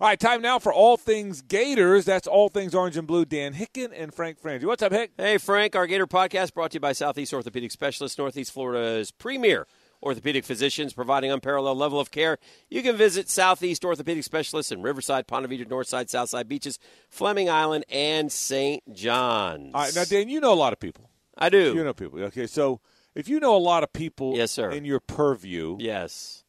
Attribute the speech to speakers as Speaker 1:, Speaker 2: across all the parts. Speaker 1: All right, time now for all things Gators. That's all things orange and blue. Dan Hicken and Frank Frangie. What's up, Hick?
Speaker 2: Hey, Frank. Our Gator podcast brought to you by Southeast Orthopedic Specialists, Northeast Florida's premier orthopedic physicians providing unparalleled level of care. You can visit Southeast Orthopedic Specialists in Riverside, Ponte Vedra, Northside, Southside Beaches, Fleming Island, and St. John's.
Speaker 1: All right, now Dan, you know a lot of people.
Speaker 2: I do.
Speaker 1: You know people. Okay, so if you know a lot of people,
Speaker 2: Yes, sir.
Speaker 1: in your purview,
Speaker 2: Yes.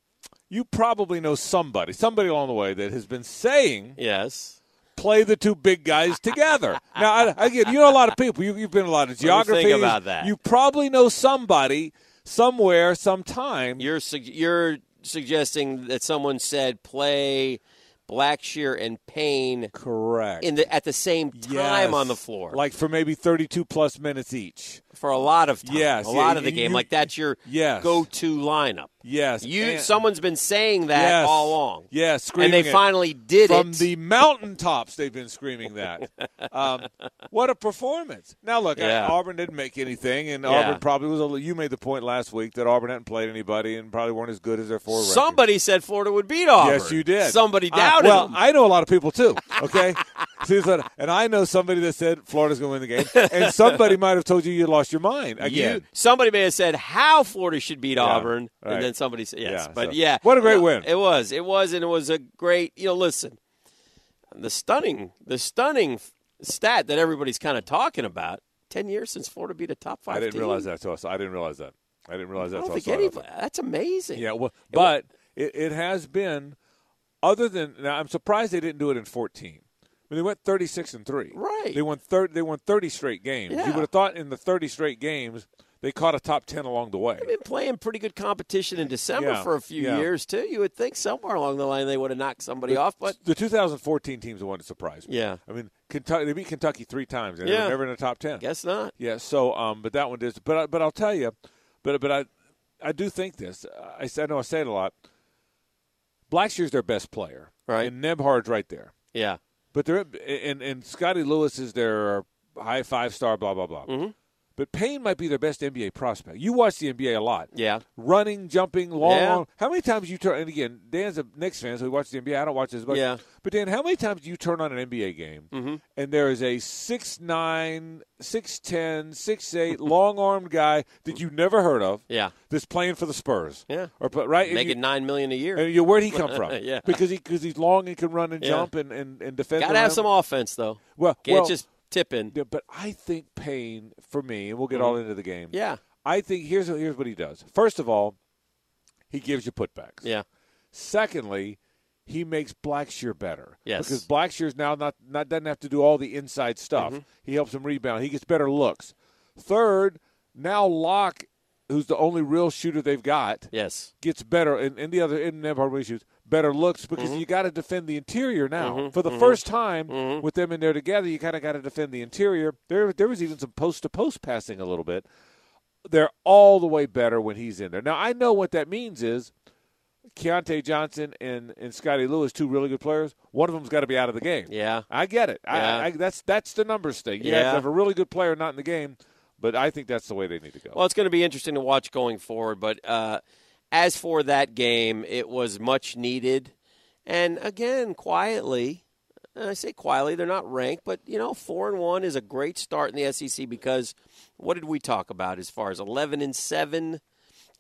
Speaker 1: you probably know somebody, somebody along the way that has been saying,
Speaker 2: Yes.
Speaker 1: "Play the two big guys together." now, I, again, you know a lot of people. You, you've been in a lot of
Speaker 2: Let me think
Speaker 1: geography.
Speaker 2: about that.
Speaker 1: You probably know somebody somewhere, sometime.
Speaker 2: You're sug- you're suggesting that someone said play Blackshear and Payne
Speaker 1: Correct.
Speaker 2: in the at the same time
Speaker 1: Yes.
Speaker 2: on the floor,
Speaker 1: like for maybe thirty-two plus minutes each.
Speaker 2: for a lot of time,
Speaker 1: Yes,
Speaker 2: a
Speaker 1: yeah,
Speaker 2: lot of the
Speaker 1: you-
Speaker 2: game.
Speaker 1: you-
Speaker 2: like that's your
Speaker 1: Yes.
Speaker 2: go-to lineup.
Speaker 1: Yes,
Speaker 2: You
Speaker 1: and-
Speaker 2: someone's been saying that
Speaker 1: Yes.
Speaker 2: all along.
Speaker 1: Yes,
Speaker 2: and
Speaker 1: screaming
Speaker 2: they
Speaker 1: it.
Speaker 2: finally did
Speaker 1: from
Speaker 2: it.
Speaker 1: the mountaintops. They've been screaming that. um, what a performance! Now look, I-
Speaker 2: Yeah.
Speaker 1: Auburn didn't make anything, and
Speaker 2: Yeah.
Speaker 1: Auburn probably was. A, li- you made the point last week that Auburn hadn't played anybody and probably weren't as good as their four. record.
Speaker 2: Somebody said Florida would beat Auburn.
Speaker 1: Yes, you did.
Speaker 2: Somebody
Speaker 1: I-
Speaker 2: doubted
Speaker 1: well,
Speaker 2: them.
Speaker 1: I know a lot of people too. Okay, See, so- and I know somebody that said Florida's going to win the game, and somebody might have told you you lost your mind again.
Speaker 2: You, somebody may have said how Florida should beat Auburn,
Speaker 1: right.
Speaker 2: and then somebody said yes.
Speaker 1: Yeah,
Speaker 2: but
Speaker 1: so-
Speaker 2: yeah,
Speaker 1: what a great
Speaker 2: No,
Speaker 1: win.
Speaker 2: It was, it was, and it was a great. You know, listen, the stunning, the stunning f- stat that everybody's kind of talking about. Ten years since Florida beat a top five.
Speaker 1: I didn't
Speaker 2: team.
Speaker 1: realize that. So I didn't realize that. I didn't realize that.
Speaker 2: I
Speaker 1: till
Speaker 2: don't think
Speaker 1: saw it. I was
Speaker 2: anybody.
Speaker 1: like,
Speaker 2: That's amazing.
Speaker 1: Yeah, well, but it, it has been. Other than now, I'm surprised they didn't do it in 14. I mean, they went 36 and three.
Speaker 2: Right.
Speaker 1: They won 30. They won 30 straight games.
Speaker 2: Yeah.
Speaker 1: You would have thought in the 30 straight games they caught a top 10 along the way.
Speaker 2: They've been playing pretty good competition in December
Speaker 1: Yeah,
Speaker 2: for a few
Speaker 1: yeah.
Speaker 2: years too. You would think somewhere along the line they would have knocked somebody off, but
Speaker 1: the 2014 teams the one that surprised me.
Speaker 2: Yeah.
Speaker 1: I mean, Kentucky. They beat Kentucky three times. And They
Speaker 2: Yeah.
Speaker 1: were never in the top 10.
Speaker 2: guess not.
Speaker 1: Yeah. So, um, but that one is. But I, but I'll tell you, but but I I do think this. I said I know I say it a lot. Blackshear's their best player,
Speaker 2: Right.
Speaker 1: And Nebhard's right there.
Speaker 2: Yeah,
Speaker 1: But they're and and Scotty Lewis is their high five star, blah blah blah.
Speaker 2: Mm-hmm.
Speaker 1: But Payne might be their best NBA prospect. You watch the NBA a lot,
Speaker 2: yeah.
Speaker 1: running, jumping, long.
Speaker 2: Yeah.
Speaker 1: long- How many times you turn? And again, Dan's a Knicks fan, so he watches the NBA. I don't watch as much.
Speaker 2: Yeah. Mm-hmm.
Speaker 1: But Dan, how many times do you turn on an NBA game and there is a 6'9", 6'10", 6'8", long armed guy that you never heard of?
Speaker 2: Yeah.
Speaker 1: That's playing for the Spurs.
Speaker 2: Yeah.
Speaker 1: Or but- right And you-
Speaker 2: Making nine million a year.
Speaker 1: and you, where'd he come from?
Speaker 2: Yeah.
Speaker 1: because he because he's long and can run and
Speaker 2: Yeah.
Speaker 1: jump and and, and defend.
Speaker 2: Got to have
Speaker 1: around.
Speaker 2: some offense though.
Speaker 1: Well,
Speaker 2: Can't
Speaker 1: well,
Speaker 2: just tip in.
Speaker 1: yeah, but I think Payne for me, and we'll get all into the game.
Speaker 2: Mm-hmm. Yeah,
Speaker 1: I think here's here's what he does. First of all, he gives you putbacks.
Speaker 2: yeah,
Speaker 1: Secondly, he makes Blackshear better.
Speaker 2: Yes.
Speaker 1: Because Blackshear's now not, not doesn't have to do all the inside stuff.
Speaker 2: Mm-hmm.
Speaker 1: He helps him rebound. He gets better looks. Third, now Locke, who's the only real shooter they've got,
Speaker 2: yes,
Speaker 1: gets better and, and the other in Nemhard really shoots better looks because
Speaker 2: Mm-hmm.
Speaker 1: you got to defend the interior now for the first time
Speaker 2: Mm-hmm.
Speaker 1: with them in there together you kind of got to defend the interior there there was even some post to post passing a little bit they're all the way better when he's in there now I know what that means is Keontae Johnson and and Scotty Lewis two really good players one of them's got to be out of the game
Speaker 2: yeah.
Speaker 1: I get it
Speaker 2: Yeah.
Speaker 1: I, I, that's that's the numbers thing you have
Speaker 2: Yeah.
Speaker 1: to have a really good player not in the game but I think that's the way they need to go
Speaker 2: Well, it's going to be interesting to watch going forward. But uh, as for that game, it was much needed. And again, quietly, and I say quietly, they're not ranked, but you know, four and one is a great start in the SEC because what did we talk about as far as eleven and seven,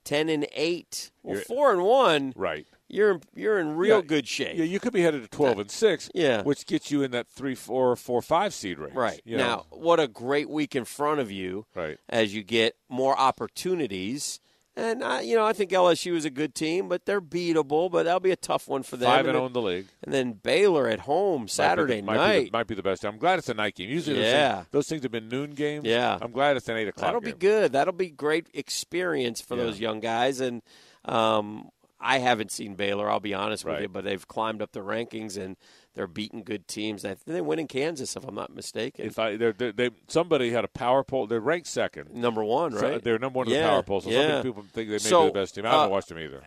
Speaker 2: 10 and eight? Well,
Speaker 1: You're-
Speaker 2: four and one,
Speaker 1: right
Speaker 2: you're you're in real
Speaker 1: Yeah,
Speaker 2: good shape.
Speaker 1: Yeah, you could be headed to twelve and six.
Speaker 2: Yeah.
Speaker 1: which gets you in that three, four, four, five seed range.
Speaker 2: Right.
Speaker 1: you know.
Speaker 2: now, what a great week in front of you
Speaker 1: Right.
Speaker 2: as you get more opportunities. And, I, you know, I think LSU is a good team, but they're beatable, but that'll be a tough one for them.
Speaker 1: five and
Speaker 2: then-
Speaker 1: zero in the league.
Speaker 2: and then Baylor at home Saturday
Speaker 1: might be the, might be the,
Speaker 2: night.
Speaker 1: might be the best. I'm glad it's a night game. Usually, those,
Speaker 2: Yeah.
Speaker 1: things, those things have been noon games.
Speaker 2: Yeah.
Speaker 1: I'm glad it's an eight o'clock.
Speaker 2: That'll
Speaker 1: game.
Speaker 2: be good. That'll be great experience for those young guys. And um, I haven't seen Baylor, I'll be honest with
Speaker 1: Right.
Speaker 2: you, but they've climbed up the rankings and they're beating good teams. I think they win in Kansas, if I'm not mistaken.
Speaker 1: If I, they're, they're, they, somebody had a power poll. They're ranked second.
Speaker 2: Number one,
Speaker 1: So
Speaker 2: right?
Speaker 1: they're number one in
Speaker 2: Yeah,
Speaker 1: the power poll. So
Speaker 2: yeah.
Speaker 1: some people think they may
Speaker 2: So,
Speaker 1: be the best team. I haven't
Speaker 2: uh,
Speaker 1: watched them either.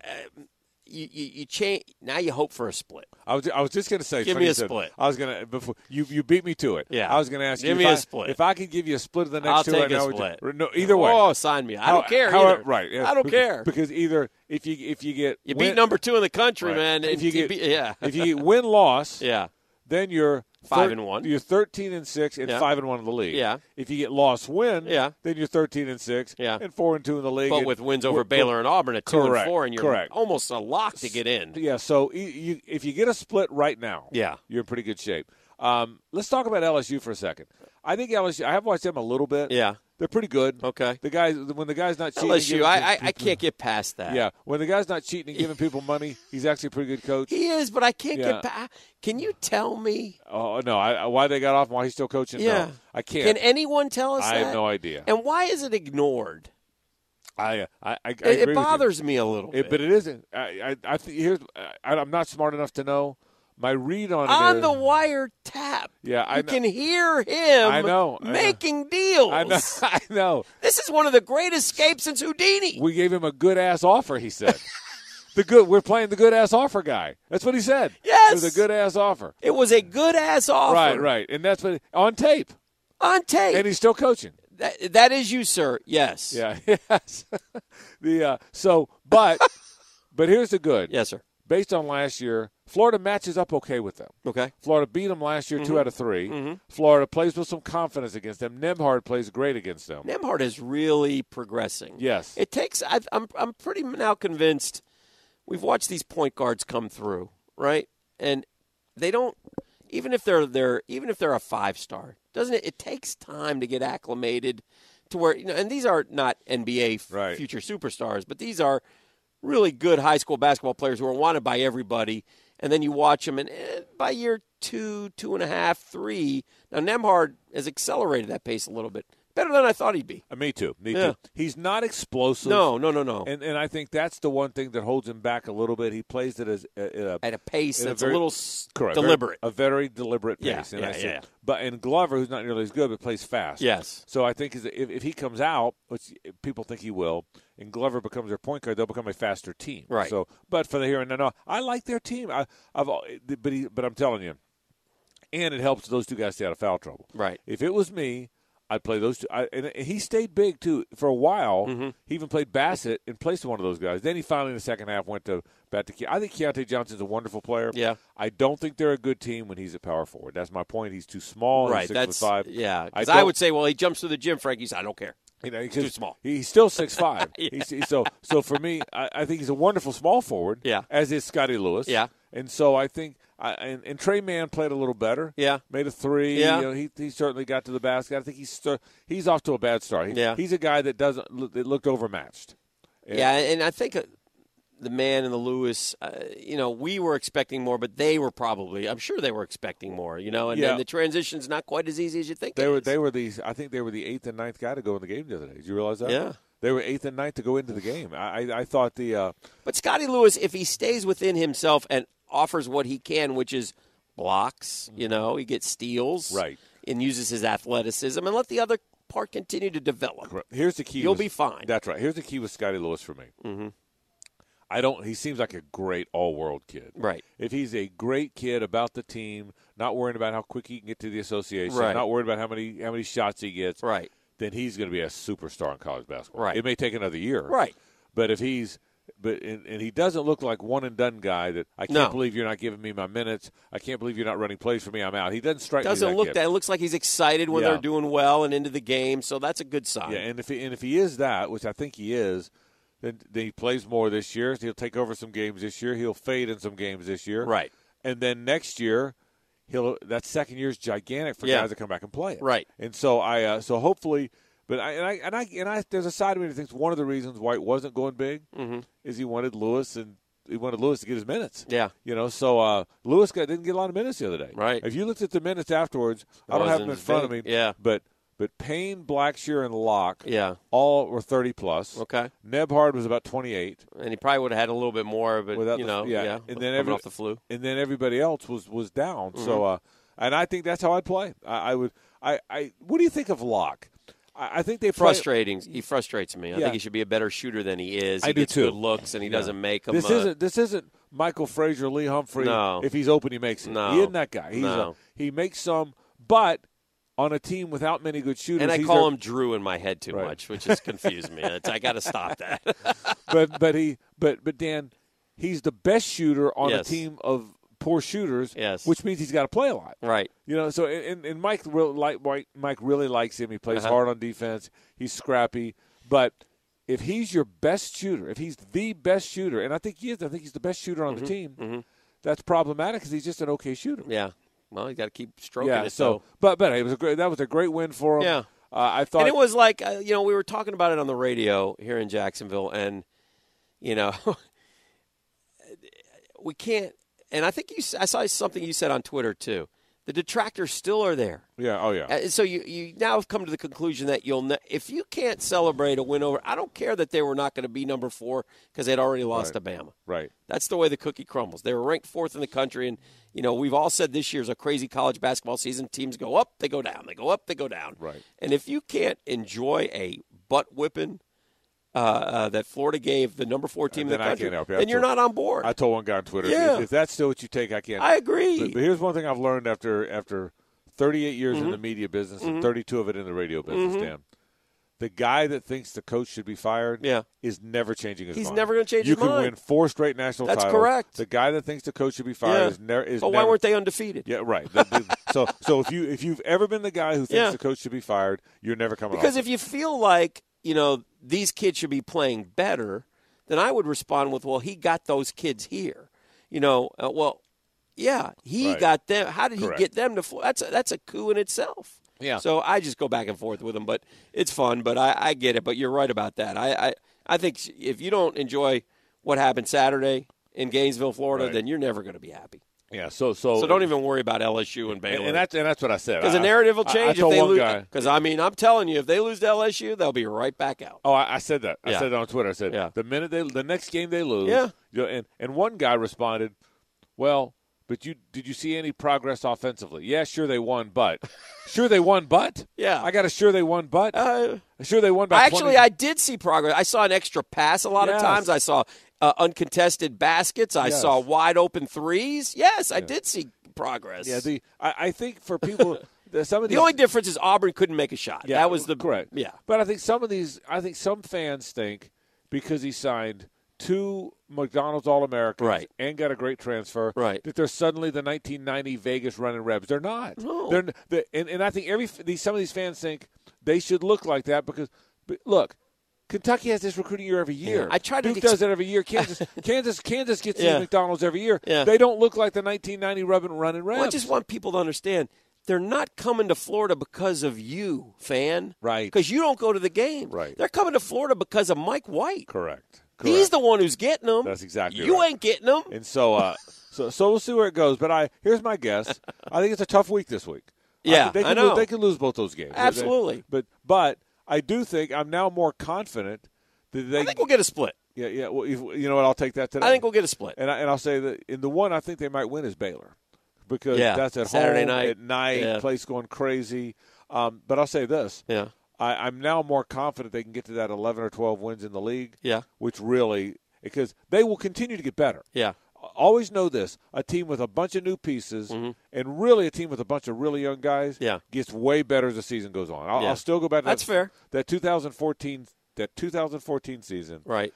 Speaker 2: you, you, you change now. You hope for a split.
Speaker 1: I was I was just gonna say.
Speaker 2: Give
Speaker 1: funny
Speaker 2: me a
Speaker 1: you said-
Speaker 2: split.
Speaker 1: I was gonna before you you beat me to it.
Speaker 2: Yeah.
Speaker 1: I was gonna ask
Speaker 2: Give
Speaker 1: you
Speaker 2: me
Speaker 1: if
Speaker 2: a
Speaker 1: I-
Speaker 2: split.
Speaker 1: If I could give you a split of the next
Speaker 2: I'll
Speaker 1: two
Speaker 2: take
Speaker 1: right
Speaker 2: a
Speaker 1: now, would you-
Speaker 2: split.
Speaker 1: no, either way.
Speaker 2: Oh, sign me. I
Speaker 1: How-
Speaker 2: don't care.
Speaker 1: how-
Speaker 2: either.
Speaker 1: Right. yeah.
Speaker 2: I don't
Speaker 1: Because-
Speaker 2: care.
Speaker 1: Because either if you if you get
Speaker 2: You beat
Speaker 1: win,
Speaker 2: number two in the country,
Speaker 1: Right.
Speaker 2: man.
Speaker 1: If
Speaker 2: and
Speaker 1: you get-
Speaker 2: beat- yeah,
Speaker 1: if you get win loss,
Speaker 2: yeah,
Speaker 1: then you're
Speaker 2: Five and one.
Speaker 1: You're thirteen and six and
Speaker 2: Yeah.
Speaker 1: five and one in the league.
Speaker 2: Yeah.
Speaker 1: If you get loss win,
Speaker 2: Yeah.
Speaker 1: then you're thirteen and six.
Speaker 2: Yeah.
Speaker 1: And four and two in the league.
Speaker 2: but
Speaker 1: and-
Speaker 2: with wins over
Speaker 1: with-
Speaker 2: Baylor and Auburn at two and
Speaker 1: Correct,
Speaker 2: four, and you're
Speaker 1: correct.
Speaker 2: almost a lock to get in.
Speaker 1: Yeah. So y- you, if you get a split right now,
Speaker 2: Yeah.
Speaker 1: you're in pretty good shape. Um, let's talk about LSU for a second. I think LSU. I have watched them a little bit.
Speaker 2: Yeah.
Speaker 1: They're pretty good.
Speaker 2: Okay.
Speaker 1: The guys when the guy's not cheating. and
Speaker 2: LSU,
Speaker 1: giving
Speaker 2: I, I, I
Speaker 1: people-
Speaker 2: can't get past that.
Speaker 1: Yeah, when the guy's not cheating and giving people money, he's actually a pretty good coach.
Speaker 2: He is, but I can't
Speaker 1: Yeah.
Speaker 2: get past. Can you tell me?
Speaker 1: Oh no, I, I- why they got off and why he's still coaching?
Speaker 2: Yeah.
Speaker 1: No, I can't.
Speaker 2: Can anyone tell us
Speaker 1: I
Speaker 2: that?
Speaker 1: have no idea.
Speaker 2: And why is it ignored?
Speaker 1: I I, I, I agree
Speaker 2: It,
Speaker 1: with
Speaker 2: it
Speaker 1: you.
Speaker 2: bothers me a little
Speaker 1: It-
Speaker 2: bit.
Speaker 1: but it isn't. I I, I th- here's I, I'm not smart enough to know. My read on it
Speaker 2: on
Speaker 1: is-
Speaker 2: the wire tap.
Speaker 1: Yeah, I
Speaker 2: you
Speaker 1: know.
Speaker 2: can hear him
Speaker 1: I know, I know.
Speaker 2: making deals.
Speaker 1: I know. I know.
Speaker 2: This is one of the great escapes since Houdini.
Speaker 1: We gave him a good ass offer. He said, "The good. We're playing the good ass offer guy." That's what he said.
Speaker 2: Yes.
Speaker 1: it was a good ass offer.
Speaker 2: it was a good ass offer.
Speaker 1: Right, right, and that's what on tape,
Speaker 2: On tape.
Speaker 1: and he's still coaching.
Speaker 2: that, that is you, sir. Yes.
Speaker 1: Yeah, yes. the uh, so, but but here's the good.
Speaker 2: Yes, sir.
Speaker 1: Based on last year, Florida matches up okay with them.
Speaker 2: Okay.
Speaker 1: Florida beat them last year,
Speaker 2: Mm-hmm.
Speaker 1: two out of 3 Florida plays with some confidence against them. Nemhard plays great against them.
Speaker 2: Nemhard is really progressing.
Speaker 1: Yes.
Speaker 2: It takes. I've, I'm. I'm pretty now convinced. We've watched these point guards come through, right? And they don't. Even if they're they're even if they're a five star, doesn't it? It takes time to get acclimated to where you know. And these are not NBA f-
Speaker 1: Right.
Speaker 2: future superstars, but these are really good high school basketball players who are wanted by everybody. And then you watch them, and eh, by year two, two and a half, three, now Nemhard has accelerated that pace a little bit, better than I thought he'd be.
Speaker 1: Uh, me too. Me
Speaker 2: Yeah.
Speaker 1: too. He's not explosive.
Speaker 2: No, no, no, no.
Speaker 1: And and I think that's the one thing that holds him back a little bit. He plays it as uh, uh,
Speaker 2: At a pace
Speaker 1: in a
Speaker 2: that's a,
Speaker 1: very-
Speaker 2: little s
Speaker 1: correct, very-
Speaker 2: deliberate.
Speaker 1: a very deliberate
Speaker 2: Yeah,
Speaker 1: pace. and
Speaker 2: yeah,
Speaker 1: I see-
Speaker 2: yeah.
Speaker 1: But and Glover, who's not nearly as good, but plays fast.
Speaker 2: yes.
Speaker 1: So I think is- if, if he comes out, which people think he will, and Glover becomes their point guard, they'll become a faster team.
Speaker 2: Right.
Speaker 1: So, but for the here and now, I like their team. I, I've, al- but he, but I'm telling you, and it helps those two guys stay out of foul trouble.
Speaker 2: Right.
Speaker 1: If it was me, I'd play those two. I, and and he stayed big too for a while.
Speaker 2: Mm-hmm.
Speaker 1: He even played Bassett and placed one of those guys. Then he finally in the second half went to back to. Ke- I think Keontae Johnson's a wonderful player.
Speaker 2: Yeah.
Speaker 1: I don't think they're a good team when he's at power forward. That's my point. He's too small. He's
Speaker 2: Right.
Speaker 1: six
Speaker 2: That's
Speaker 1: foot five. I
Speaker 2: yeah. Because I,
Speaker 1: don't-
Speaker 2: would say, well, he jumps through the gym, Frankie's. I don't care.
Speaker 1: You know, he's
Speaker 2: too small.
Speaker 1: He's still six five. he's, he's- so so for me, I, I think he's a wonderful small forward.
Speaker 2: Yeah.
Speaker 1: As is Scotty Lewis.
Speaker 2: Yeah.
Speaker 1: And so I think I, and, and Trey Mann played a little better.
Speaker 2: Yeah.
Speaker 1: Made a three.
Speaker 2: Yeah.
Speaker 1: You know, he he certainly got to the basket. I think he's st- he's off to a bad start. He-
Speaker 2: Yeah.
Speaker 1: He's a guy that doesn't look- that looked overmatched. Yeah.
Speaker 2: Yeah, and I think uh, the man and the Lewis, uh, you know, we were expecting more, but they were probably, I'm sure they were expecting more, you know, and,
Speaker 1: Yeah.
Speaker 2: then the transition's not quite as easy as you think.
Speaker 1: They
Speaker 2: it
Speaker 1: were
Speaker 2: is.
Speaker 1: they were these. I think they were the eighth and ninth guy to go in the game the other day. Did you realize that?
Speaker 2: Yeah.
Speaker 1: They were eighth and ninth to go into the game. I I, I thought the. Uh,
Speaker 2: But Scotty Lewis, if he stays within himself and offers what he can, which is blocks, you know, he gets steals,
Speaker 1: Mm-hmm. Right.
Speaker 2: and uses his athleticism, and let the other part continue to develop.
Speaker 1: Here's the key.
Speaker 2: You'll
Speaker 1: with-
Speaker 2: be fine.
Speaker 1: That's right. Here's the key with Scotty Lewis for me. Mm-hmm. I don't. He seems like a great all-world kid.
Speaker 2: Right.
Speaker 1: If he's a great kid about the team, not worrying about how quick he can get to the association,
Speaker 2: Right.
Speaker 1: not worried about how many how many shots he gets,
Speaker 2: Right.
Speaker 1: Then he's going to be a superstar in college basketball.
Speaker 2: Right.
Speaker 1: It may take another year.
Speaker 2: Right.
Speaker 1: But if he's but and, and he doesn't look like one and done guy that I can't
Speaker 2: No.
Speaker 1: believe you're not giving me my minutes. I can't believe you're not running plays for me. I'm out. He doesn't strike
Speaker 2: Doesn't
Speaker 1: me that
Speaker 2: look
Speaker 1: kid.
Speaker 2: that. It looks like he's excited when
Speaker 1: Yeah.
Speaker 2: they're doing well and into the game, so that's a good sign.
Speaker 1: Yeah, and if he, and if he is that, which I think he is, then, then he plays more this year. He'll take over some games this year. He'll fade in some games this year.
Speaker 2: Right.
Speaker 1: And then next year, he'll that second year is gigantic for
Speaker 2: Yeah.
Speaker 1: guys to come back and play it.
Speaker 2: Right.
Speaker 1: And so I uh, so hopefully, but I and I and I and I there's a side of me that thinks one of the reasons White wasn't going big
Speaker 2: Mm-hmm.
Speaker 1: is he wanted Lewis and he wanted Lewis to get his minutes.
Speaker 2: Yeah.
Speaker 1: You know, so uh, Lewis got, didn't get a lot of minutes the other day.
Speaker 2: Right.
Speaker 1: If you looked at the minutes afterwards, I don't have
Speaker 2: Wasn't
Speaker 1: them in
Speaker 2: as
Speaker 1: front
Speaker 2: big.
Speaker 1: of me.
Speaker 2: Yeah.
Speaker 1: But but Payne, Blackshear, and Locke
Speaker 2: Yeah.
Speaker 1: all were 30 plus.
Speaker 2: Okay.
Speaker 1: Nebhard was about 28.
Speaker 2: And he probably would have had a little bit more, but
Speaker 1: Without
Speaker 2: you
Speaker 1: the-
Speaker 2: know,
Speaker 1: yeah.
Speaker 2: yeah,
Speaker 1: And then
Speaker 2: coming
Speaker 1: every-
Speaker 2: off the flu.
Speaker 1: And then everybody else was was
Speaker 2: Mm-hmm.
Speaker 1: down. So uh and I think that's how I'd play. I, I would I, I what do you think of Locke? I I think they play-
Speaker 2: frustrating. He frustrates me. I
Speaker 1: Yeah.
Speaker 2: think he should be a better shooter than he is.
Speaker 1: I
Speaker 2: He
Speaker 1: do
Speaker 2: gets
Speaker 1: too.
Speaker 2: good looks and he doesn't make them.
Speaker 1: This isn't this isn't Michael Frazier, Lee Humphrey.
Speaker 2: No.
Speaker 1: If he's open, he makes it.
Speaker 2: No.
Speaker 1: He isn't that guy. He's
Speaker 2: No.
Speaker 1: a, he makes some, but on a team without many good shooters,
Speaker 2: and I
Speaker 1: he's
Speaker 2: call
Speaker 1: their-
Speaker 2: him Drew in my head too
Speaker 1: Right.
Speaker 2: much, which has confused me. It's, I got to stop that.
Speaker 1: but but he but but Dan, he's the best shooter on
Speaker 2: Yes.
Speaker 1: a team of poor shooters.
Speaker 2: Yes.
Speaker 1: which means he's got to play a lot.
Speaker 2: right.
Speaker 1: You know, so and, and Mike real like Mike, Mike really likes him. He plays
Speaker 2: Uh-huh.
Speaker 1: hard on defense. He's scrappy, but if he's your best shooter, if he's the best shooter, and I think he is, I think he's the best shooter
Speaker 2: Mm-hmm.
Speaker 1: on the team. That's problematic because he's just an okay shooter.
Speaker 2: Yeah. Well, you got to keep stroking
Speaker 1: yeah.
Speaker 2: it.
Speaker 1: So, but but it was a great. That was a great win for him.
Speaker 2: Yeah.
Speaker 1: Uh, I
Speaker 2: and
Speaker 1: thought.
Speaker 2: it was like uh, you know we were talking about it on the radio here in Jacksonville, and you know we can't. And I think you, s- I saw something you said on Twitter too. The detractors still are there.
Speaker 1: yeah. Oh yeah.
Speaker 2: And so you, you now have come to the conclusion that you'll ne- if you can't celebrate a win over I don't care that they were not going to be number four because they'd already lost to Bama.
Speaker 1: Right.
Speaker 2: That's the way the cookie crumbles. They were ranked fourth in the country, and you know we've all said this year's a crazy college basketball season. Teams go up, they go down, they go up, they go down.
Speaker 1: Right.
Speaker 2: And if you can't enjoy a butt whipping uh, uh, that Florida gave the number four team in
Speaker 1: Uh, Then
Speaker 2: the
Speaker 1: I
Speaker 2: country,
Speaker 1: can't help you.
Speaker 2: then you're
Speaker 1: That's
Speaker 2: not on board.
Speaker 1: I told one guy on Twitter, if-
Speaker 2: Yeah.
Speaker 1: if, that's still what you take, I can't.
Speaker 2: I agree.
Speaker 1: But, but here's one thing I've learned after after 38 years in the
Speaker 2: Mm-hmm.
Speaker 1: media business and 32 of it in the radio business, Dan. The guy that thinks the coach should be fired
Speaker 2: Yeah.
Speaker 1: is never changing his
Speaker 2: He's
Speaker 1: mind.
Speaker 2: never gonna change
Speaker 1: you
Speaker 2: his
Speaker 1: can
Speaker 2: mind.
Speaker 1: win four straight national
Speaker 2: That's
Speaker 1: titles.
Speaker 2: correct.
Speaker 1: The guy that thinks the coach should be fired
Speaker 2: Yeah.
Speaker 1: is, never. is
Speaker 2: but
Speaker 1: never.
Speaker 2: why weren't they undefeated?
Speaker 1: yeah, right. The- the- so, so if you if you've ever been the guy who thinks
Speaker 2: Yeah.
Speaker 1: the coach should be fired, you're never coming
Speaker 2: Because
Speaker 1: off.
Speaker 2: if you feel like, you know, these kids should be playing better, then I would respond with, well, he got those kids here. You know, uh, well, yeah, he
Speaker 1: Right.
Speaker 2: got them. How did
Speaker 1: Correct.
Speaker 2: he get them to Florida? That's a, that's a coup in itself.
Speaker 1: Yeah.
Speaker 2: So I just go back and forth with them, but it's fun. But I, I get it. But you're right about that. I, I I think if you don't enjoy what happened Saturday in Gainesville, Florida,
Speaker 1: Right.
Speaker 2: then you're never going to be happy.
Speaker 1: yeah, so so
Speaker 2: So don't even worry about LSU and Baylor.
Speaker 1: And, and that's and that's what I said.
Speaker 2: Because the
Speaker 1: I-
Speaker 2: narrative will
Speaker 1: Uh, I- I
Speaker 2: change if
Speaker 1: told
Speaker 2: they
Speaker 1: one
Speaker 2: lose.
Speaker 1: guy-
Speaker 2: Because I mean, I'm telling you, if they lose to LSU, they'll be right back out.
Speaker 1: Oh, I, I said that. I
Speaker 2: Yeah.
Speaker 1: said that on Twitter. I said
Speaker 2: Yeah.
Speaker 1: the minute they the next game they lose.
Speaker 2: Yeah.
Speaker 1: you know, and and one guy responded, "Well, but you did you see any progress offensively? Yeah, sure they won, but sure they won, but
Speaker 2: Yeah.
Speaker 1: I got a sure they won, but
Speaker 2: Uh,
Speaker 1: sure they won by
Speaker 2: I actually,
Speaker 1: 20.
Speaker 2: I did see progress. I saw an extra pass a lot
Speaker 1: Yes.
Speaker 2: of times. I saw uh, uncontested baskets. I
Speaker 1: Yes.
Speaker 2: saw wide open threes. Yes, I did see progress.
Speaker 1: yeah the I, I think for people that some of
Speaker 2: the
Speaker 1: these,
Speaker 2: only difference is Auburn couldn't make a shot.
Speaker 1: yeah,
Speaker 2: that was the
Speaker 1: correct
Speaker 2: Yeah,
Speaker 1: but I think some of these I think some fans think because he signed. Two McDonald's All Americans
Speaker 2: Right.
Speaker 1: and got a great transfer.
Speaker 2: Right.
Speaker 1: That they're suddenly the 1990 Vegas running Rebs. They're not.
Speaker 2: No.
Speaker 1: They're n- the, and, and I think every these some of these fans think they should look like that because but look, Kentucky has this recruiting year every year.
Speaker 2: Yeah, I tried to
Speaker 1: Duke
Speaker 2: ex-
Speaker 1: does it every year. Kansas, Kansas, Kansas gets these
Speaker 2: Yeah.
Speaker 1: McDonald's every year.
Speaker 2: Yeah.
Speaker 1: They don't look like the 1990 Rub and Run and Rebs.
Speaker 2: Well, I just want people to understand they're not coming to Florida because of you, fan.
Speaker 1: Right.
Speaker 2: Because you don't go to the game.
Speaker 1: Right.
Speaker 2: They're coming to Florida because of Mike White.
Speaker 1: correct.
Speaker 2: He's the one who's getting them.
Speaker 1: That's exactly
Speaker 2: You
Speaker 1: right.
Speaker 2: ain't getting them.
Speaker 1: And so, uh, so, so we'll see where it goes. But I here's my guess. I think it's a tough week this week.
Speaker 2: Yeah,
Speaker 1: think they can
Speaker 2: I know.
Speaker 1: Lose, they can lose both those games.
Speaker 2: Absolutely.
Speaker 1: But but I do think I'm now more confident that they.
Speaker 2: I think we'll get a split.
Speaker 1: yeah yeah. Well, if, you know what? I'll take that today.
Speaker 2: I think we'll get a split.
Speaker 1: and I, and I'll say that in the one I think they might win is Baylor because
Speaker 2: Yeah,
Speaker 1: that's at
Speaker 2: Saturday
Speaker 1: home
Speaker 2: night.
Speaker 1: at night,
Speaker 2: Yeah.
Speaker 1: place going crazy. Um, but I'll say this.
Speaker 2: Yeah.
Speaker 1: I, I'm now more confident they can get to that 11 or 12 wins in the league.
Speaker 2: Yeah.
Speaker 1: Which really, because they will continue to get better.
Speaker 2: Yeah.
Speaker 1: Always know this: a team with a bunch of new pieces, and really a team with a bunch of really young guys,
Speaker 2: Mm-hmm. Yeah.
Speaker 1: gets way better as the season goes on. I'll,
Speaker 2: Yeah.
Speaker 1: I'll still go back. To
Speaker 2: That's
Speaker 1: that,
Speaker 2: fair.
Speaker 1: That 2014, that 2014 season,
Speaker 2: Right.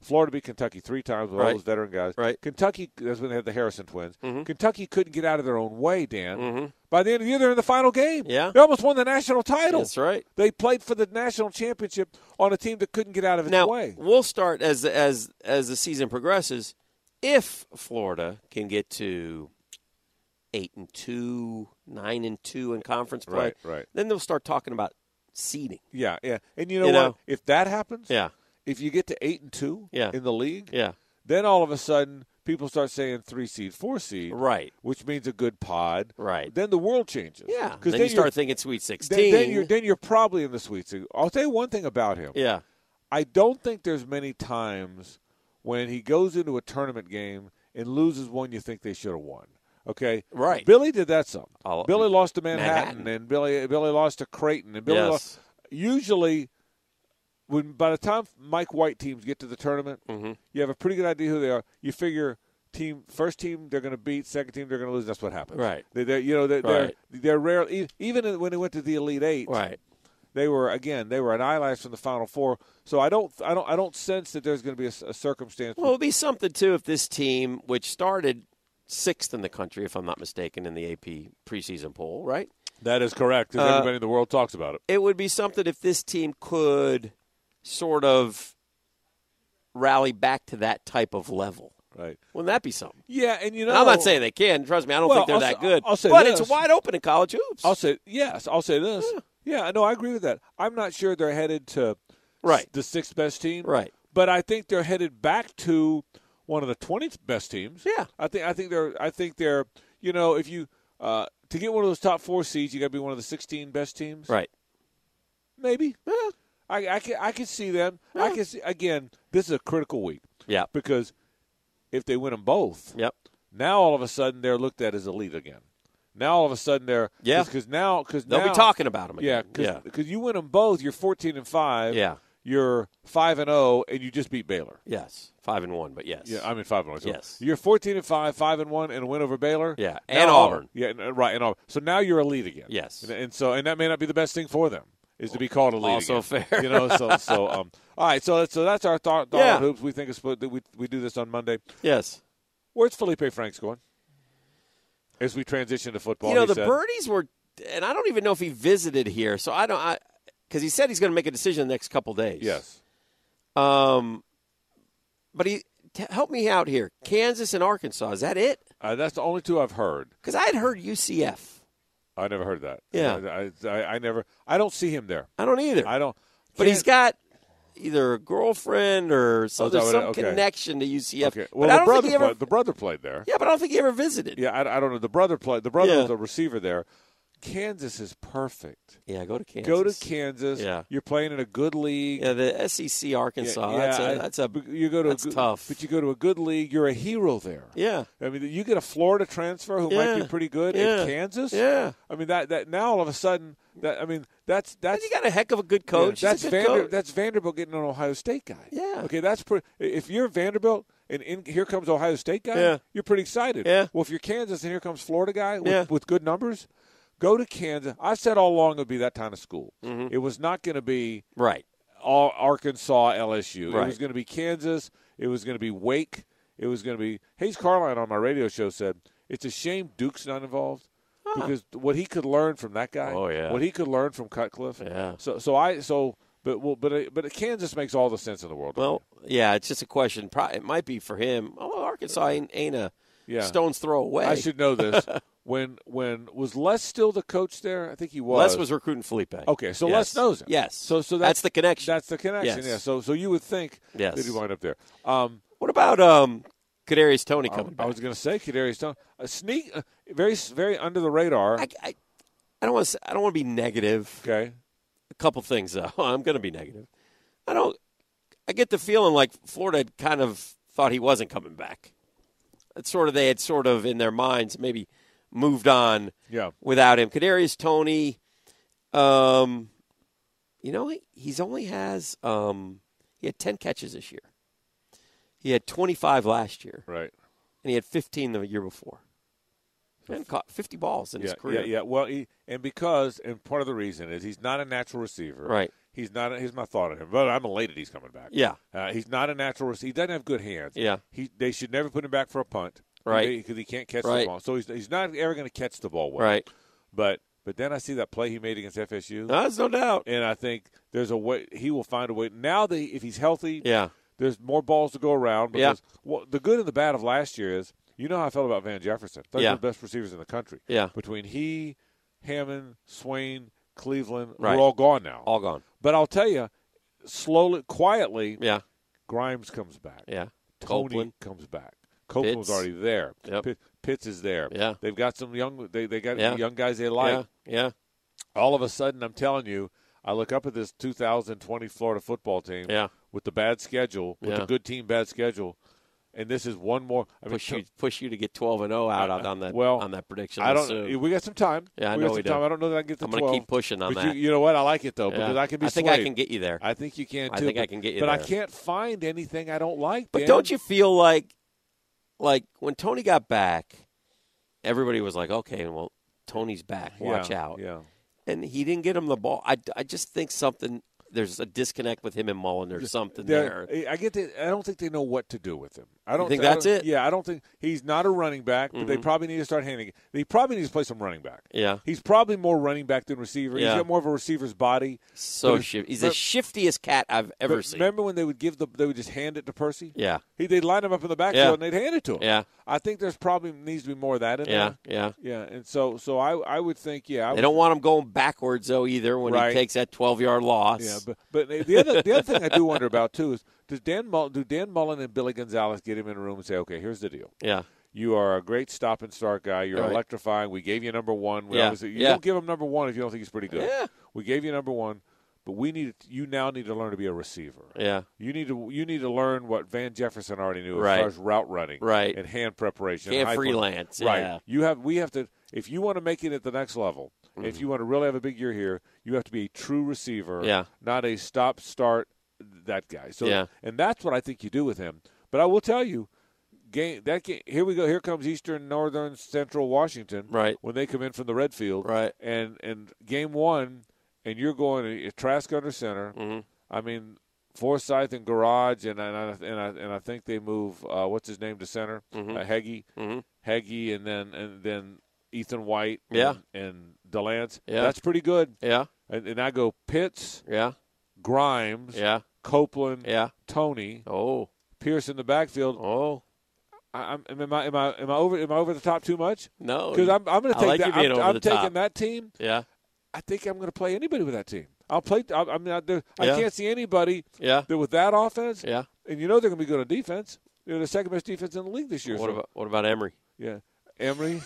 Speaker 1: Florida beat Kentucky three times with all
Speaker 2: Right.
Speaker 1: those veteran guys.
Speaker 2: Right. Mm-hmm.
Speaker 1: Kentucky, that's when they had the Harrison twins. Kentucky couldn't get out of their own way, Dan. By the end of the year, they're in the final game.
Speaker 2: Yeah.
Speaker 1: They almost won the national title.
Speaker 2: That's right.
Speaker 1: They played for the national championship on a team that couldn't get out of its
Speaker 2: Now
Speaker 1: way.
Speaker 2: we'll start as as as the season progresses. If Florida can get to eight and two, nine and two in conference play,
Speaker 1: Right, right.
Speaker 2: then they'll start talking about seeding.
Speaker 1: Yeah, yeah. And you know
Speaker 2: You
Speaker 1: what?
Speaker 2: know.
Speaker 1: If that happens,
Speaker 2: Yeah.
Speaker 1: if you get to 8 and 2
Speaker 2: Yeah.
Speaker 1: in the league,
Speaker 2: Yeah.
Speaker 1: then all of a sudden people start saying 3 seed, 4 seed,
Speaker 2: Right.
Speaker 1: which means a good pod.
Speaker 2: Right.
Speaker 1: Then the world changes.
Speaker 2: Yeah.
Speaker 1: Because then,
Speaker 2: Then, you
Speaker 1: you're-
Speaker 2: start thinking Sweet
Speaker 1: then,
Speaker 2: Sixteen.
Speaker 1: then you're then you're probably in the sweet seat. I'll tell you one thing about him.
Speaker 2: yeah.
Speaker 1: I don't think there's many times when he goes into a tournament game and loses one you think they should have won. Okay,
Speaker 2: Right.
Speaker 1: Billy did that some.
Speaker 2: Oh,
Speaker 1: Billy lost to Manhattan,
Speaker 2: Manhattan.
Speaker 1: and Billy Billy lost to Creighton, and Billy
Speaker 2: Yes.
Speaker 1: lost. usually when by the time Mike White teams get to the tournament, mm-hmm. you have a pretty good idea who they are. You figure team first team they're going to beat, second team they're going to lose. That's what happens.
Speaker 2: Right.
Speaker 1: They, are you know they're,
Speaker 2: Right.
Speaker 1: they're they're rarely even when they went to the elite eight.
Speaker 2: Right.
Speaker 1: They were again. They were an eyelash from the final four. So I don't, I don't, I don't sense that there's going to be a, s- a circumstance.
Speaker 2: Well, it would be something too if this team, which started sixth in the country, if I'm not mistaken, in the AP preseason poll, right?
Speaker 1: that is correct.
Speaker 2: uh,
Speaker 1: Because everybody in the world talks about it.
Speaker 2: It would be something if this team could sort of rally back to that type of level.
Speaker 1: Right.
Speaker 2: Wouldn't that be something?
Speaker 1: Yeah, and you know,
Speaker 2: And I'm not saying they can. Trust me, I don't
Speaker 1: Well,
Speaker 2: think they're
Speaker 1: I'll
Speaker 2: that
Speaker 1: say-
Speaker 2: good.
Speaker 1: I'll say
Speaker 2: but
Speaker 1: this.
Speaker 2: it's wide open in college hoops.
Speaker 1: I'll say yes. I'll say this. Yeah, no, I agree with that. I'm not sure they're headed to
Speaker 2: Right.
Speaker 1: s- the sixth best team.
Speaker 2: Right.
Speaker 1: But I think they're headed back to one of the twentieth best teams.
Speaker 2: Yeah.
Speaker 1: I think I think they're I think they're you know if you uh, to get one of those top four seeds you got to be one of the sixteen best teams.
Speaker 2: right.
Speaker 1: Maybe. I, I can I can see them. I can see again. This is a critical week
Speaker 2: Yeah.
Speaker 1: because if they win them both,
Speaker 2: Yep.
Speaker 1: now all of a sudden they're looked at as elite again. Now all of a sudden they're
Speaker 2: Yeah.
Speaker 1: because now because
Speaker 2: They'll be talking about them
Speaker 1: yeah,
Speaker 2: again.
Speaker 1: cause, 'cause you win them both. You're 14 and five.
Speaker 2: Yeah.
Speaker 1: You're five and zero, and you just beat Baylor.
Speaker 2: Yes. Five and one, but yes.
Speaker 1: Yeah, I mean five and one. So
Speaker 2: Yes.
Speaker 1: You're 14 and five, five and one, and a win over Baylor.
Speaker 2: Yeah,
Speaker 1: Now
Speaker 2: and
Speaker 1: all-
Speaker 2: Auburn.
Speaker 1: Yeah, and- right, and Auburn. So now you're a lead again.
Speaker 2: Yes.
Speaker 1: and, and so and that may not be the best thing for them is to be called a lead.
Speaker 2: Also
Speaker 1: again.
Speaker 2: fair.
Speaker 1: You know, so so um. All right, so so that's our thought. thought
Speaker 2: Yeah.
Speaker 1: on hoops. We think it's that we we do this on Monday.
Speaker 2: Yes.
Speaker 1: Where's Felipe Franks going? As we transition to football,
Speaker 2: you know
Speaker 1: he
Speaker 2: the
Speaker 1: said.
Speaker 2: birdies were, and I don't even know if he visited here. So I don't, I because he said he's going to make a decision the next couple days.
Speaker 1: Yes.
Speaker 2: Um, but he t- help me out here. Kansas and Arkansas. Is that it?
Speaker 1: Uh, that's the only two I've heard.
Speaker 2: Because I had heard UCF.
Speaker 1: I never heard that.
Speaker 2: Yeah.
Speaker 1: I, I, I never. I don't see him there.
Speaker 2: I don't either.
Speaker 1: I don't.
Speaker 2: but he's got either a girlfriend or some,
Speaker 1: Oh, is that
Speaker 2: there's
Speaker 1: what
Speaker 2: some
Speaker 1: it- okay.
Speaker 2: connection to UCF.
Speaker 1: Okay. Well,
Speaker 2: but I
Speaker 1: the
Speaker 2: don't
Speaker 1: brother,
Speaker 2: think he ever.
Speaker 1: played, the brother played there.
Speaker 2: yeah, but I don't think he ever visited.
Speaker 1: Yeah, I, I don't know. The brother played. The brother
Speaker 2: Yeah.
Speaker 1: was a receiver there. Kansas is perfect.
Speaker 2: Yeah, go to Kansas.
Speaker 1: Go to Kansas.
Speaker 2: Yeah.
Speaker 1: You're playing in a good league.
Speaker 2: Yeah, the SEC Arkansas.
Speaker 1: Yeah,
Speaker 2: that's, a,
Speaker 1: I-
Speaker 2: that's a.
Speaker 1: but you go to
Speaker 2: that's
Speaker 1: a good,
Speaker 2: tough.
Speaker 1: But you go to a good league. You're a hero there.
Speaker 2: Yeah.
Speaker 1: I mean, you get a Florida transfer who might
Speaker 2: Yeah.
Speaker 1: be pretty good
Speaker 2: Yeah.
Speaker 1: in Kansas.
Speaker 2: Yeah.
Speaker 1: I mean that that now all of a sudden that I mean that's
Speaker 2: And
Speaker 1: that's
Speaker 2: you got a heck of a good coach.
Speaker 1: Yeah,
Speaker 2: He's
Speaker 1: that's
Speaker 2: a good
Speaker 1: Vander,
Speaker 2: coach.
Speaker 1: that's Vanderbilt getting an Ohio State guy.
Speaker 2: Yeah.
Speaker 1: Okay, that's pretty. If you're Vanderbilt and in, here comes Ohio State guy,
Speaker 2: Yeah.
Speaker 1: you're pretty excited.
Speaker 2: Yeah.
Speaker 1: Well, if you're Kansas and here comes Florida guy with,
Speaker 2: Yeah.
Speaker 1: with good numbers, go to Kansas. I said all along it would be that kind of school.
Speaker 2: Mm-hmm.
Speaker 1: It was not going to be
Speaker 2: Right.
Speaker 1: all Arkansas, LSU.
Speaker 2: Right.
Speaker 1: It was going to be Kansas. It was going to be Wake. It was going to be Hayes Carline on my radio show said it's a shame Duke's not involved because what he could learn from that guy.
Speaker 2: Oh, yeah.
Speaker 1: What he could learn from Cutcliffe.
Speaker 2: Yeah.
Speaker 1: So so I so but well, but uh, but Kansas makes all the sense in the world. to
Speaker 2: Well, yeah, it's just a question. Pro- It might be for him. Although Arkansas ain't, ain't a
Speaker 1: me. yeah.
Speaker 2: stone's throw away.
Speaker 1: I should know this. when when was Les still the coach there? I think he was.
Speaker 2: Les was recruiting Felipe.
Speaker 1: okay. So
Speaker 2: Yes.
Speaker 1: Les knows him.
Speaker 2: Yes.
Speaker 1: So so
Speaker 2: that's, the connection.
Speaker 1: that's the connection.
Speaker 2: Yes.
Speaker 1: Yeah. So so you would think
Speaker 2: Yes.
Speaker 1: that he wound up there. Um.
Speaker 2: what about um, Kadarius Tony
Speaker 1: I-
Speaker 2: coming
Speaker 1: I,
Speaker 2: back?
Speaker 1: was going to say Kadarius Stone, a sneak, uh, very very under the radar.
Speaker 2: I, I, I don't want to. I don't want to be negative.
Speaker 1: okay,
Speaker 2: A couple things though. I'm going to be negative. I don't. I get the feeling like Florida had kind of thought he wasn't coming back. It's sort of they had sort of in their minds maybe moved on
Speaker 1: yeah,
Speaker 2: without him. Kadarius Tony, um, you know, he, he's only has um, he had ten catches this year. He had twenty five last year,
Speaker 1: right.
Speaker 2: and he had fifteen the year before. And caught fifty balls in
Speaker 1: Yeah,
Speaker 2: his career.
Speaker 1: yeah, yeah. Well, he, and because and part of the reason is he's not a natural receiver.
Speaker 2: Right.
Speaker 1: He's not. A, here's my thought on him. But I'm elated he's coming back.
Speaker 2: Yeah.
Speaker 1: Uh, he's not a natural receiver. He doesn't have good hands.
Speaker 2: Yeah.
Speaker 1: He they should never put him back for a punt.
Speaker 2: Right.
Speaker 1: Because he can't catch
Speaker 2: Right.
Speaker 1: the ball. So he's he's not ever going to catch the ball well.
Speaker 2: Right.
Speaker 1: But but then I see that play he made against FSU,
Speaker 2: No, There's no doubt.
Speaker 1: and I think there's a way he will find a way. Now that he, if he's healthy,
Speaker 2: Yeah.
Speaker 1: there's more balls to go around.
Speaker 2: Yeah.
Speaker 1: Because well, the good and the bad of last year is you know how I felt about Van Jefferson. Those
Speaker 2: Yeah.
Speaker 1: were the best receivers in the country.
Speaker 2: Yeah.
Speaker 1: Between he, Hammond, Swain, Cleveland,
Speaker 2: Right.
Speaker 1: we're all gone now.
Speaker 2: All gone.
Speaker 1: but I'll tell you, slowly, quietly,
Speaker 2: Yeah.
Speaker 1: Grimes comes back.
Speaker 2: Yeah.
Speaker 1: Tony
Speaker 2: Copeland.
Speaker 1: comes back. Copeland's
Speaker 2: Pitts.
Speaker 1: already there.
Speaker 2: Yep.
Speaker 1: Pitt- Pitts is there.
Speaker 2: Yeah.
Speaker 1: They've got some young. They they got
Speaker 2: Yeah.
Speaker 1: young guys they like.
Speaker 2: yeah. Yeah.
Speaker 1: All of a sudden, I'm telling you, I look up at this 2020 Florida football team
Speaker 2: Yeah.
Speaker 1: with the bad schedule, with
Speaker 2: Yeah.
Speaker 1: the good team, bad schedule, and this is one more. I mean,
Speaker 2: push you push you to get twelve and zero out on, on that
Speaker 1: well,
Speaker 2: on that prediction.
Speaker 1: I don't.
Speaker 2: soon.
Speaker 1: We got some time.
Speaker 2: Yeah, I
Speaker 1: we
Speaker 2: know
Speaker 1: got some
Speaker 2: we do.
Speaker 1: time. I don't know that I can get to
Speaker 2: I'm
Speaker 1: twelve.
Speaker 2: going to keep pushing on
Speaker 1: but
Speaker 2: that.
Speaker 1: You, you know what? I like it though
Speaker 2: Yeah.
Speaker 1: because I can be.
Speaker 2: I think I
Speaker 1: swayed.
Speaker 2: can get you there.
Speaker 1: I think you can too.
Speaker 2: I think I
Speaker 1: but-
Speaker 2: can get you
Speaker 1: But I
Speaker 2: there.
Speaker 1: can't find anything I don't like.
Speaker 2: But
Speaker 1: Dan.
Speaker 2: don't you feel like, like when Tony got back, everybody was like, okay, well, Tony's back.
Speaker 1: Yeah,
Speaker 2: Watch out.
Speaker 1: Yeah.
Speaker 2: And he didn't get him the ball. I, I just think something, there's a disconnect with him and Mullen. There's something
Speaker 1: They're-
Speaker 2: there.
Speaker 1: I get that. I don't think they know what to do with him. I don't
Speaker 2: think
Speaker 1: I
Speaker 2: that's
Speaker 1: don't-
Speaker 2: it? Mm-hmm.
Speaker 1: Yeah, I don't think he's not a running back. But they probably need to start handing. They probably need to play some running back.
Speaker 2: Yeah.
Speaker 1: He's probably more running back than receiver.
Speaker 2: Yeah.
Speaker 1: He's got more of a receiver's body.
Speaker 2: So
Speaker 1: But if-
Speaker 2: shif- He's
Speaker 1: but-
Speaker 2: the shiftiest cat I've ever
Speaker 1: But
Speaker 2: seen.
Speaker 1: remember when they would give the they would just hand it to Percy?
Speaker 2: yeah.
Speaker 1: He, they'd line him up in the backfield
Speaker 2: Yeah.
Speaker 1: and they'd hand it to him.
Speaker 2: Yeah.
Speaker 1: I think there's probably needs to be more of that in
Speaker 2: Yeah.
Speaker 1: there.
Speaker 2: Yeah.
Speaker 1: Yeah, and so so I I would think yeah I
Speaker 2: They
Speaker 1: would,
Speaker 2: don't want him going backwards, though, either when
Speaker 1: Right.
Speaker 2: he takes that 12 yard loss.
Speaker 1: yeah but but the other the other thing I do wonder about too is does Dan Mullen, do Dan Mullen and Billy Gonzalez get him in a room and say okay here's the deal
Speaker 2: yeah.
Speaker 1: you are a great stop and start guy you're
Speaker 2: Right.
Speaker 1: electrifying we gave you number one we
Speaker 2: Yeah.
Speaker 1: obviously- you
Speaker 2: Yeah.
Speaker 1: don't give him number one if you don't think he's pretty good
Speaker 2: Yeah.
Speaker 1: we gave you number one but we need you now need to learn to be a receiver
Speaker 2: Yeah.
Speaker 1: You need to you need to learn what Van Jefferson already knew
Speaker 2: Right.
Speaker 1: as far as route running,
Speaker 2: Right.
Speaker 1: and hand preparation, and
Speaker 2: Can't
Speaker 1: high point.
Speaker 2: freelance.
Speaker 1: right?
Speaker 2: Yeah.
Speaker 1: You have we have to if you want to make it at the next level,
Speaker 2: Mm-hmm.
Speaker 1: if you want to really have a big year here, you have to be a true receiver,
Speaker 2: Yeah.
Speaker 1: not a stop start that guy. So
Speaker 2: Yeah.
Speaker 1: and that's what I think you do with him. But I will tell you, game that game, here we go. Here comes Eastern, Northern, Central Washington,
Speaker 2: Right.
Speaker 1: When they come in from the red field,
Speaker 2: Right.
Speaker 1: and and game one, and you're going uh, Trask under center.
Speaker 2: Mm-hmm,
Speaker 1: I mean, Forsyth and Garage, and I, and I and I and I think they move uh, what's his name to center,
Speaker 2: Mm-hmm.
Speaker 1: uh, Heggie, Heggie, and then and then Ethan White,
Speaker 2: Yeah.
Speaker 1: and, and Delance.
Speaker 2: Yeah.
Speaker 1: that's pretty good.
Speaker 2: Yeah.
Speaker 1: And, and I go Pitts,
Speaker 2: Yeah.
Speaker 1: Grimes,
Speaker 2: Yeah.
Speaker 1: Copeland,
Speaker 2: Yeah.
Speaker 1: Tony,
Speaker 2: Oh.
Speaker 1: Pierce in the backfield.
Speaker 2: Oh.
Speaker 1: I, I'm am I am I am I over am I over the top too much?
Speaker 2: No.
Speaker 1: Because I'm I'm going to
Speaker 2: Oh, I
Speaker 1: take
Speaker 2: like you
Speaker 1: that.
Speaker 2: being
Speaker 1: I'm,
Speaker 2: over
Speaker 1: I'm
Speaker 2: the
Speaker 1: taking
Speaker 2: top.
Speaker 1: that team.
Speaker 2: Yeah.
Speaker 1: I think I'm going to play anybody with that team. I'll play. I, I mean, I, there,
Speaker 2: Yeah.
Speaker 1: I can't see anybody
Speaker 2: Yeah.
Speaker 1: that with that offense.
Speaker 2: Yeah.
Speaker 1: and you know they're going to be good on defense. They're the second best defense in the league this year.
Speaker 2: What
Speaker 1: so-
Speaker 2: about what about Emery?
Speaker 1: yeah, Emory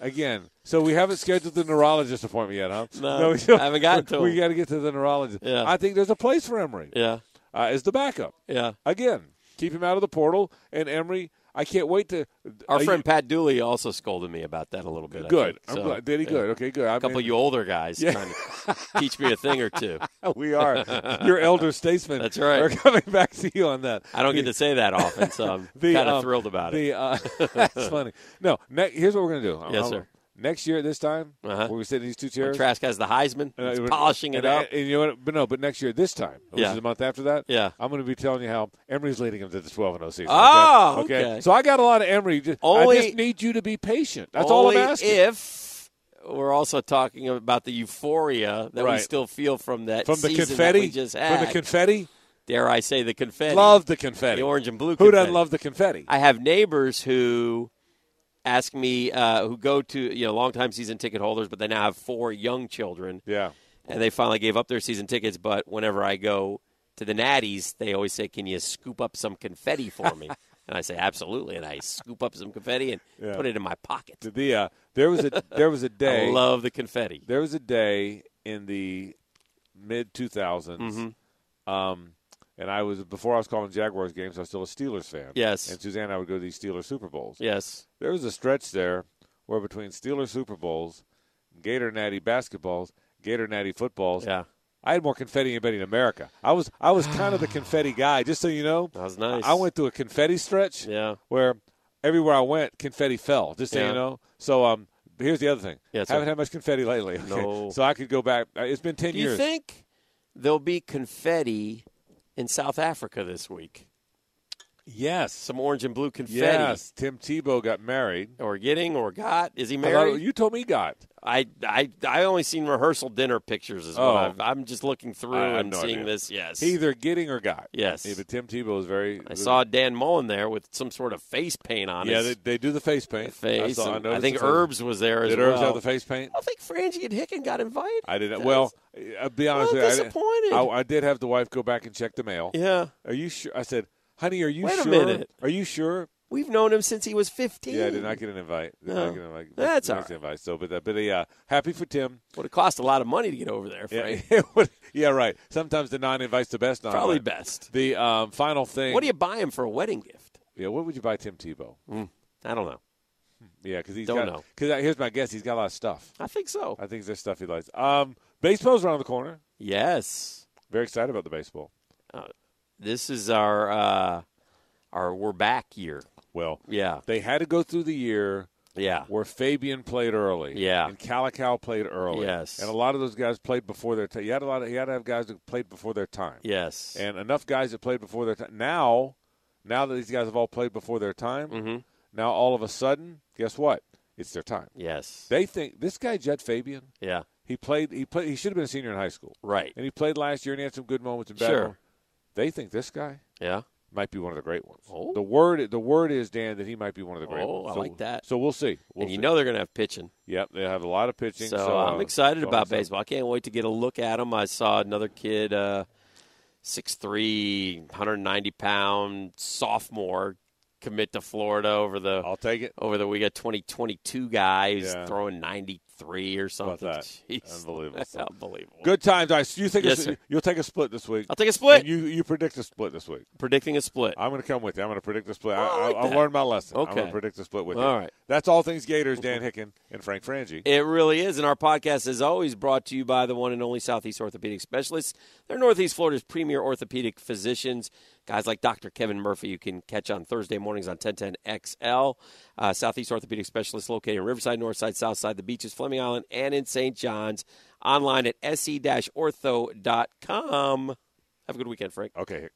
Speaker 1: again? So we haven't scheduled the neurologist appointment yet, huh?
Speaker 2: No,
Speaker 1: we
Speaker 2: I haven't gotten to
Speaker 1: We
Speaker 2: him.
Speaker 1: got to get to the neurologist.
Speaker 2: Yeah.
Speaker 1: I think there's a place for Emory
Speaker 2: Yeah.
Speaker 1: uh, as the backup.
Speaker 2: Yeah.
Speaker 1: Again, keep him out of the portal and Emory. I can't wait to are
Speaker 2: Our
Speaker 1: you-
Speaker 2: friend Pat Dooley also scolded me about that a little bit. I
Speaker 1: good.
Speaker 2: think.
Speaker 1: I'm
Speaker 2: So,
Speaker 1: glad. Did he
Speaker 2: yeah.
Speaker 1: good? Okay, good. I
Speaker 2: A couple
Speaker 1: mean,
Speaker 2: of you older guys
Speaker 1: Yeah.
Speaker 2: trying to teach me a thing or two.
Speaker 1: we are your elder statesmen.
Speaker 2: That's right.
Speaker 1: Are coming back to you on that.
Speaker 2: I don't get to say that often, so I'm
Speaker 1: The,
Speaker 2: kind of
Speaker 1: um,
Speaker 2: thrilled about it.
Speaker 1: the, Uh, that's funny. No, ne- here's what we're gonna do.
Speaker 2: Yes,
Speaker 1: I'll-
Speaker 2: sir.
Speaker 1: Next year at this time,
Speaker 2: Uh-huh.
Speaker 1: we're gonna sit in these two
Speaker 2: When
Speaker 1: chairs.
Speaker 2: Trask has the Heisman.
Speaker 1: and I-
Speaker 2: He's
Speaker 1: and-
Speaker 2: polishing it
Speaker 1: and-
Speaker 2: up.
Speaker 1: and you know what? But no, but next year at this time, which
Speaker 2: Yeah.
Speaker 1: is a month after that,
Speaker 2: Yeah.
Speaker 1: I'm going to be telling you how Emory's leading them to the 12 and 0 season.
Speaker 2: Oh, okay.
Speaker 1: So I got a lot of Emory. Just,
Speaker 2: Only-
Speaker 1: I just need you to be patient. That's all I'm
Speaker 2: Only
Speaker 1: asking.
Speaker 2: If we're also talking about the euphoria that we
Speaker 1: Right.
Speaker 2: still feel from that
Speaker 1: from the
Speaker 2: season
Speaker 1: confetti,
Speaker 2: that we just had.
Speaker 1: from the confetti,
Speaker 2: Dare I say the confetti?
Speaker 1: love the confetti.
Speaker 2: the orange and blue.
Speaker 1: Who
Speaker 2: confetti.
Speaker 1: doesn't love the confetti?
Speaker 2: I have neighbors who ask me uh, who go to you know longtime season ticket holders, but they now have four young children,
Speaker 1: yeah,
Speaker 2: and they finally gave up their season tickets. But whenever I go to the Natties, they always say, "Can you scoop up some confetti for me?" and I say, "Absolutely," and I scoop up some confetti and
Speaker 1: Yeah.
Speaker 2: put it in my pocket.
Speaker 1: the uh, there was a there was a day.
Speaker 2: I love the confetti.
Speaker 1: there was a day in the mid 2000s
Speaker 2: Mm-hmm.
Speaker 1: um, and i was before i was calling jaguars games i was still a steelers fan
Speaker 2: Yes.
Speaker 1: and suzanne and i would go to these steelers super bowls
Speaker 2: Yes.
Speaker 1: there was a stretch there where between steelers super bowls gator natty basketballs gator natty footballs
Speaker 2: Yeah.
Speaker 1: i had more confetti than anybody in america i was i was kind of the confetti guy just so you know
Speaker 2: That was nice.
Speaker 1: i went through a confetti stretch
Speaker 2: Yeah.
Speaker 1: where everywhere I went, confetti fell. Just so
Speaker 2: Yeah.
Speaker 1: you know. So um, here's the other thing.
Speaker 2: Yeah, so-
Speaker 1: haven't had much confetti lately. Okay.
Speaker 2: No.
Speaker 1: So I could go back. Uh, It's been ten
Speaker 2: Do you
Speaker 1: years.
Speaker 2: think there'll be confetti in South Africa this week?
Speaker 1: yes.
Speaker 2: Some orange and blue confetti.
Speaker 1: Yes. Tim Tebow got married.
Speaker 2: Or getting or got. Is he
Speaker 1: I thought-
Speaker 2: married?
Speaker 1: you told me he got.
Speaker 2: I, I I only seen rehearsal dinner pictures as
Speaker 1: Oh.
Speaker 2: well. I've, I'm just looking through
Speaker 1: I have
Speaker 2: and
Speaker 1: no
Speaker 2: seeing
Speaker 1: idea.
Speaker 2: this. Yes.
Speaker 1: He either getting or got.
Speaker 2: Yes.
Speaker 1: Yeah, but Tim Tebow is very.
Speaker 2: I saw Dan Mullen there with some sort of face paint on
Speaker 1: Yeah, they,
Speaker 2: his
Speaker 1: they do the face paint. I,
Speaker 2: face.
Speaker 1: saw,
Speaker 2: and I
Speaker 1: noticed
Speaker 2: think
Speaker 1: the face-
Speaker 2: Herbs was there as
Speaker 1: Did
Speaker 2: well. Oh,
Speaker 1: Herbs have the face paint?
Speaker 2: I think Frangie and Hicken got invited.
Speaker 1: I didn't.
Speaker 2: That
Speaker 1: Well,
Speaker 2: was-
Speaker 1: I'll be honest.
Speaker 2: I'm
Speaker 1: with you, I didn't-
Speaker 2: disappointed.
Speaker 1: I, I did have the wife go back and check the mail.
Speaker 2: yeah.
Speaker 1: Are you sure? I said, "Honey, are you
Speaker 2: Wait a
Speaker 1: sure?
Speaker 2: minute.
Speaker 1: Are you sure?"
Speaker 2: We've known him since he was 15.
Speaker 1: Yeah, I did not get an invite. Did
Speaker 2: No.
Speaker 1: not get an invite.
Speaker 2: Oh. That's
Speaker 1: Did
Speaker 2: all
Speaker 1: not get an invite. So, but that, but uh, yeah, happy for Tim.
Speaker 2: Would have cost a lot of money to get over there,
Speaker 1: Yeah,
Speaker 2: Frank.
Speaker 1: it would- yeah, right. Sometimes the non-invite's the best non.
Speaker 2: Probably best.
Speaker 1: The um, final thing.
Speaker 2: What do you buy him for a wedding gift?
Speaker 1: Yeah, what would you buy Tim Tebow?
Speaker 2: Mm, I don't know.
Speaker 1: Yeah, because he's
Speaker 2: Don't
Speaker 1: got.
Speaker 2: know.
Speaker 1: Because here's my guess: he's got a lot of stuff.
Speaker 2: I think so.
Speaker 1: I think there's stuff he likes. Um, baseball's around the corner.
Speaker 2: Yes. Uh,
Speaker 1: Very excited about the baseball.
Speaker 2: This is our uh, our we're back year.
Speaker 1: Well,
Speaker 2: Yeah.
Speaker 1: they had to go through the year
Speaker 2: Yeah.
Speaker 1: where Fabian played early.
Speaker 2: Yeah.
Speaker 1: And Calical played early.
Speaker 2: Yes.
Speaker 1: And a lot of those guys played before their time. You had a lot of you had to have guys that played before their time.
Speaker 2: Yes.
Speaker 1: And enough guys that played before their time. Now, now that these guys have all played before their time,
Speaker 2: mm-hmm.
Speaker 1: now all of a sudden, guess what? It's their time.
Speaker 2: Yes.
Speaker 1: They think this guy Jet Fabian,
Speaker 2: Yeah.
Speaker 1: he played he played he should have been a senior in high school.
Speaker 2: Right.
Speaker 1: And he played last year and he had some good moments and bad
Speaker 2: Sure.
Speaker 1: moments. They think this guy
Speaker 2: Yeah.
Speaker 1: might be one of the great ones.
Speaker 2: Oh.
Speaker 1: The word the word is Dan that he might be one of the great
Speaker 2: Oh,
Speaker 1: ones.
Speaker 2: I like that.
Speaker 1: So we'll see. We'll
Speaker 2: and you
Speaker 1: see.
Speaker 2: know they're going to have pitching.
Speaker 1: Yep, they have a lot of pitching.
Speaker 2: So,
Speaker 1: So,
Speaker 2: I'm
Speaker 1: uh,
Speaker 2: excited
Speaker 1: so I'm
Speaker 2: about baseball. I can't wait to get a look at them. I saw another kid, uh, 6'3", 190 pound sophomore, commit to Florida over the
Speaker 1: I'll take it.
Speaker 2: over the we got 2022 guy who's
Speaker 1: Yeah.
Speaker 2: throwing 93 or
Speaker 1: How about
Speaker 2: something.
Speaker 1: that?
Speaker 2: Jeez.
Speaker 1: Unbelievable.
Speaker 2: That's unbelievable.
Speaker 1: Good times. I you think
Speaker 2: Yes,
Speaker 1: it's-
Speaker 2: sir.
Speaker 1: you'll take a split this week.
Speaker 2: I'll take a split.
Speaker 1: And you you predict a split this week.
Speaker 2: Predicting a split.
Speaker 1: I'm going to come with you. I'm going to predict a split.
Speaker 2: Oh, I
Speaker 1: I,
Speaker 2: like
Speaker 1: I, I
Speaker 2: that.
Speaker 1: learned my lesson. I'm going
Speaker 2: Okay.
Speaker 1: to predict a split with you.
Speaker 2: All right.
Speaker 1: That's all things Gators. Dan Hicken and Frank Frangie.
Speaker 2: It really is. And our podcast is always brought to you by the one and only Southeast Orthopedic Specialists. They're Northeast Florida's premier orthopedic physicians. Guys like Dr. Kevin Murphy, you can catch on Thursday mornings on 1010XL. Uh, Southeast Orthopedic Specialists located in Riverside, Northside, Southside, the beaches, Fleming Island, and in St. John's. E Online at se-ortho.com. Have a good weekend, Frank.
Speaker 1: Okay. Hick.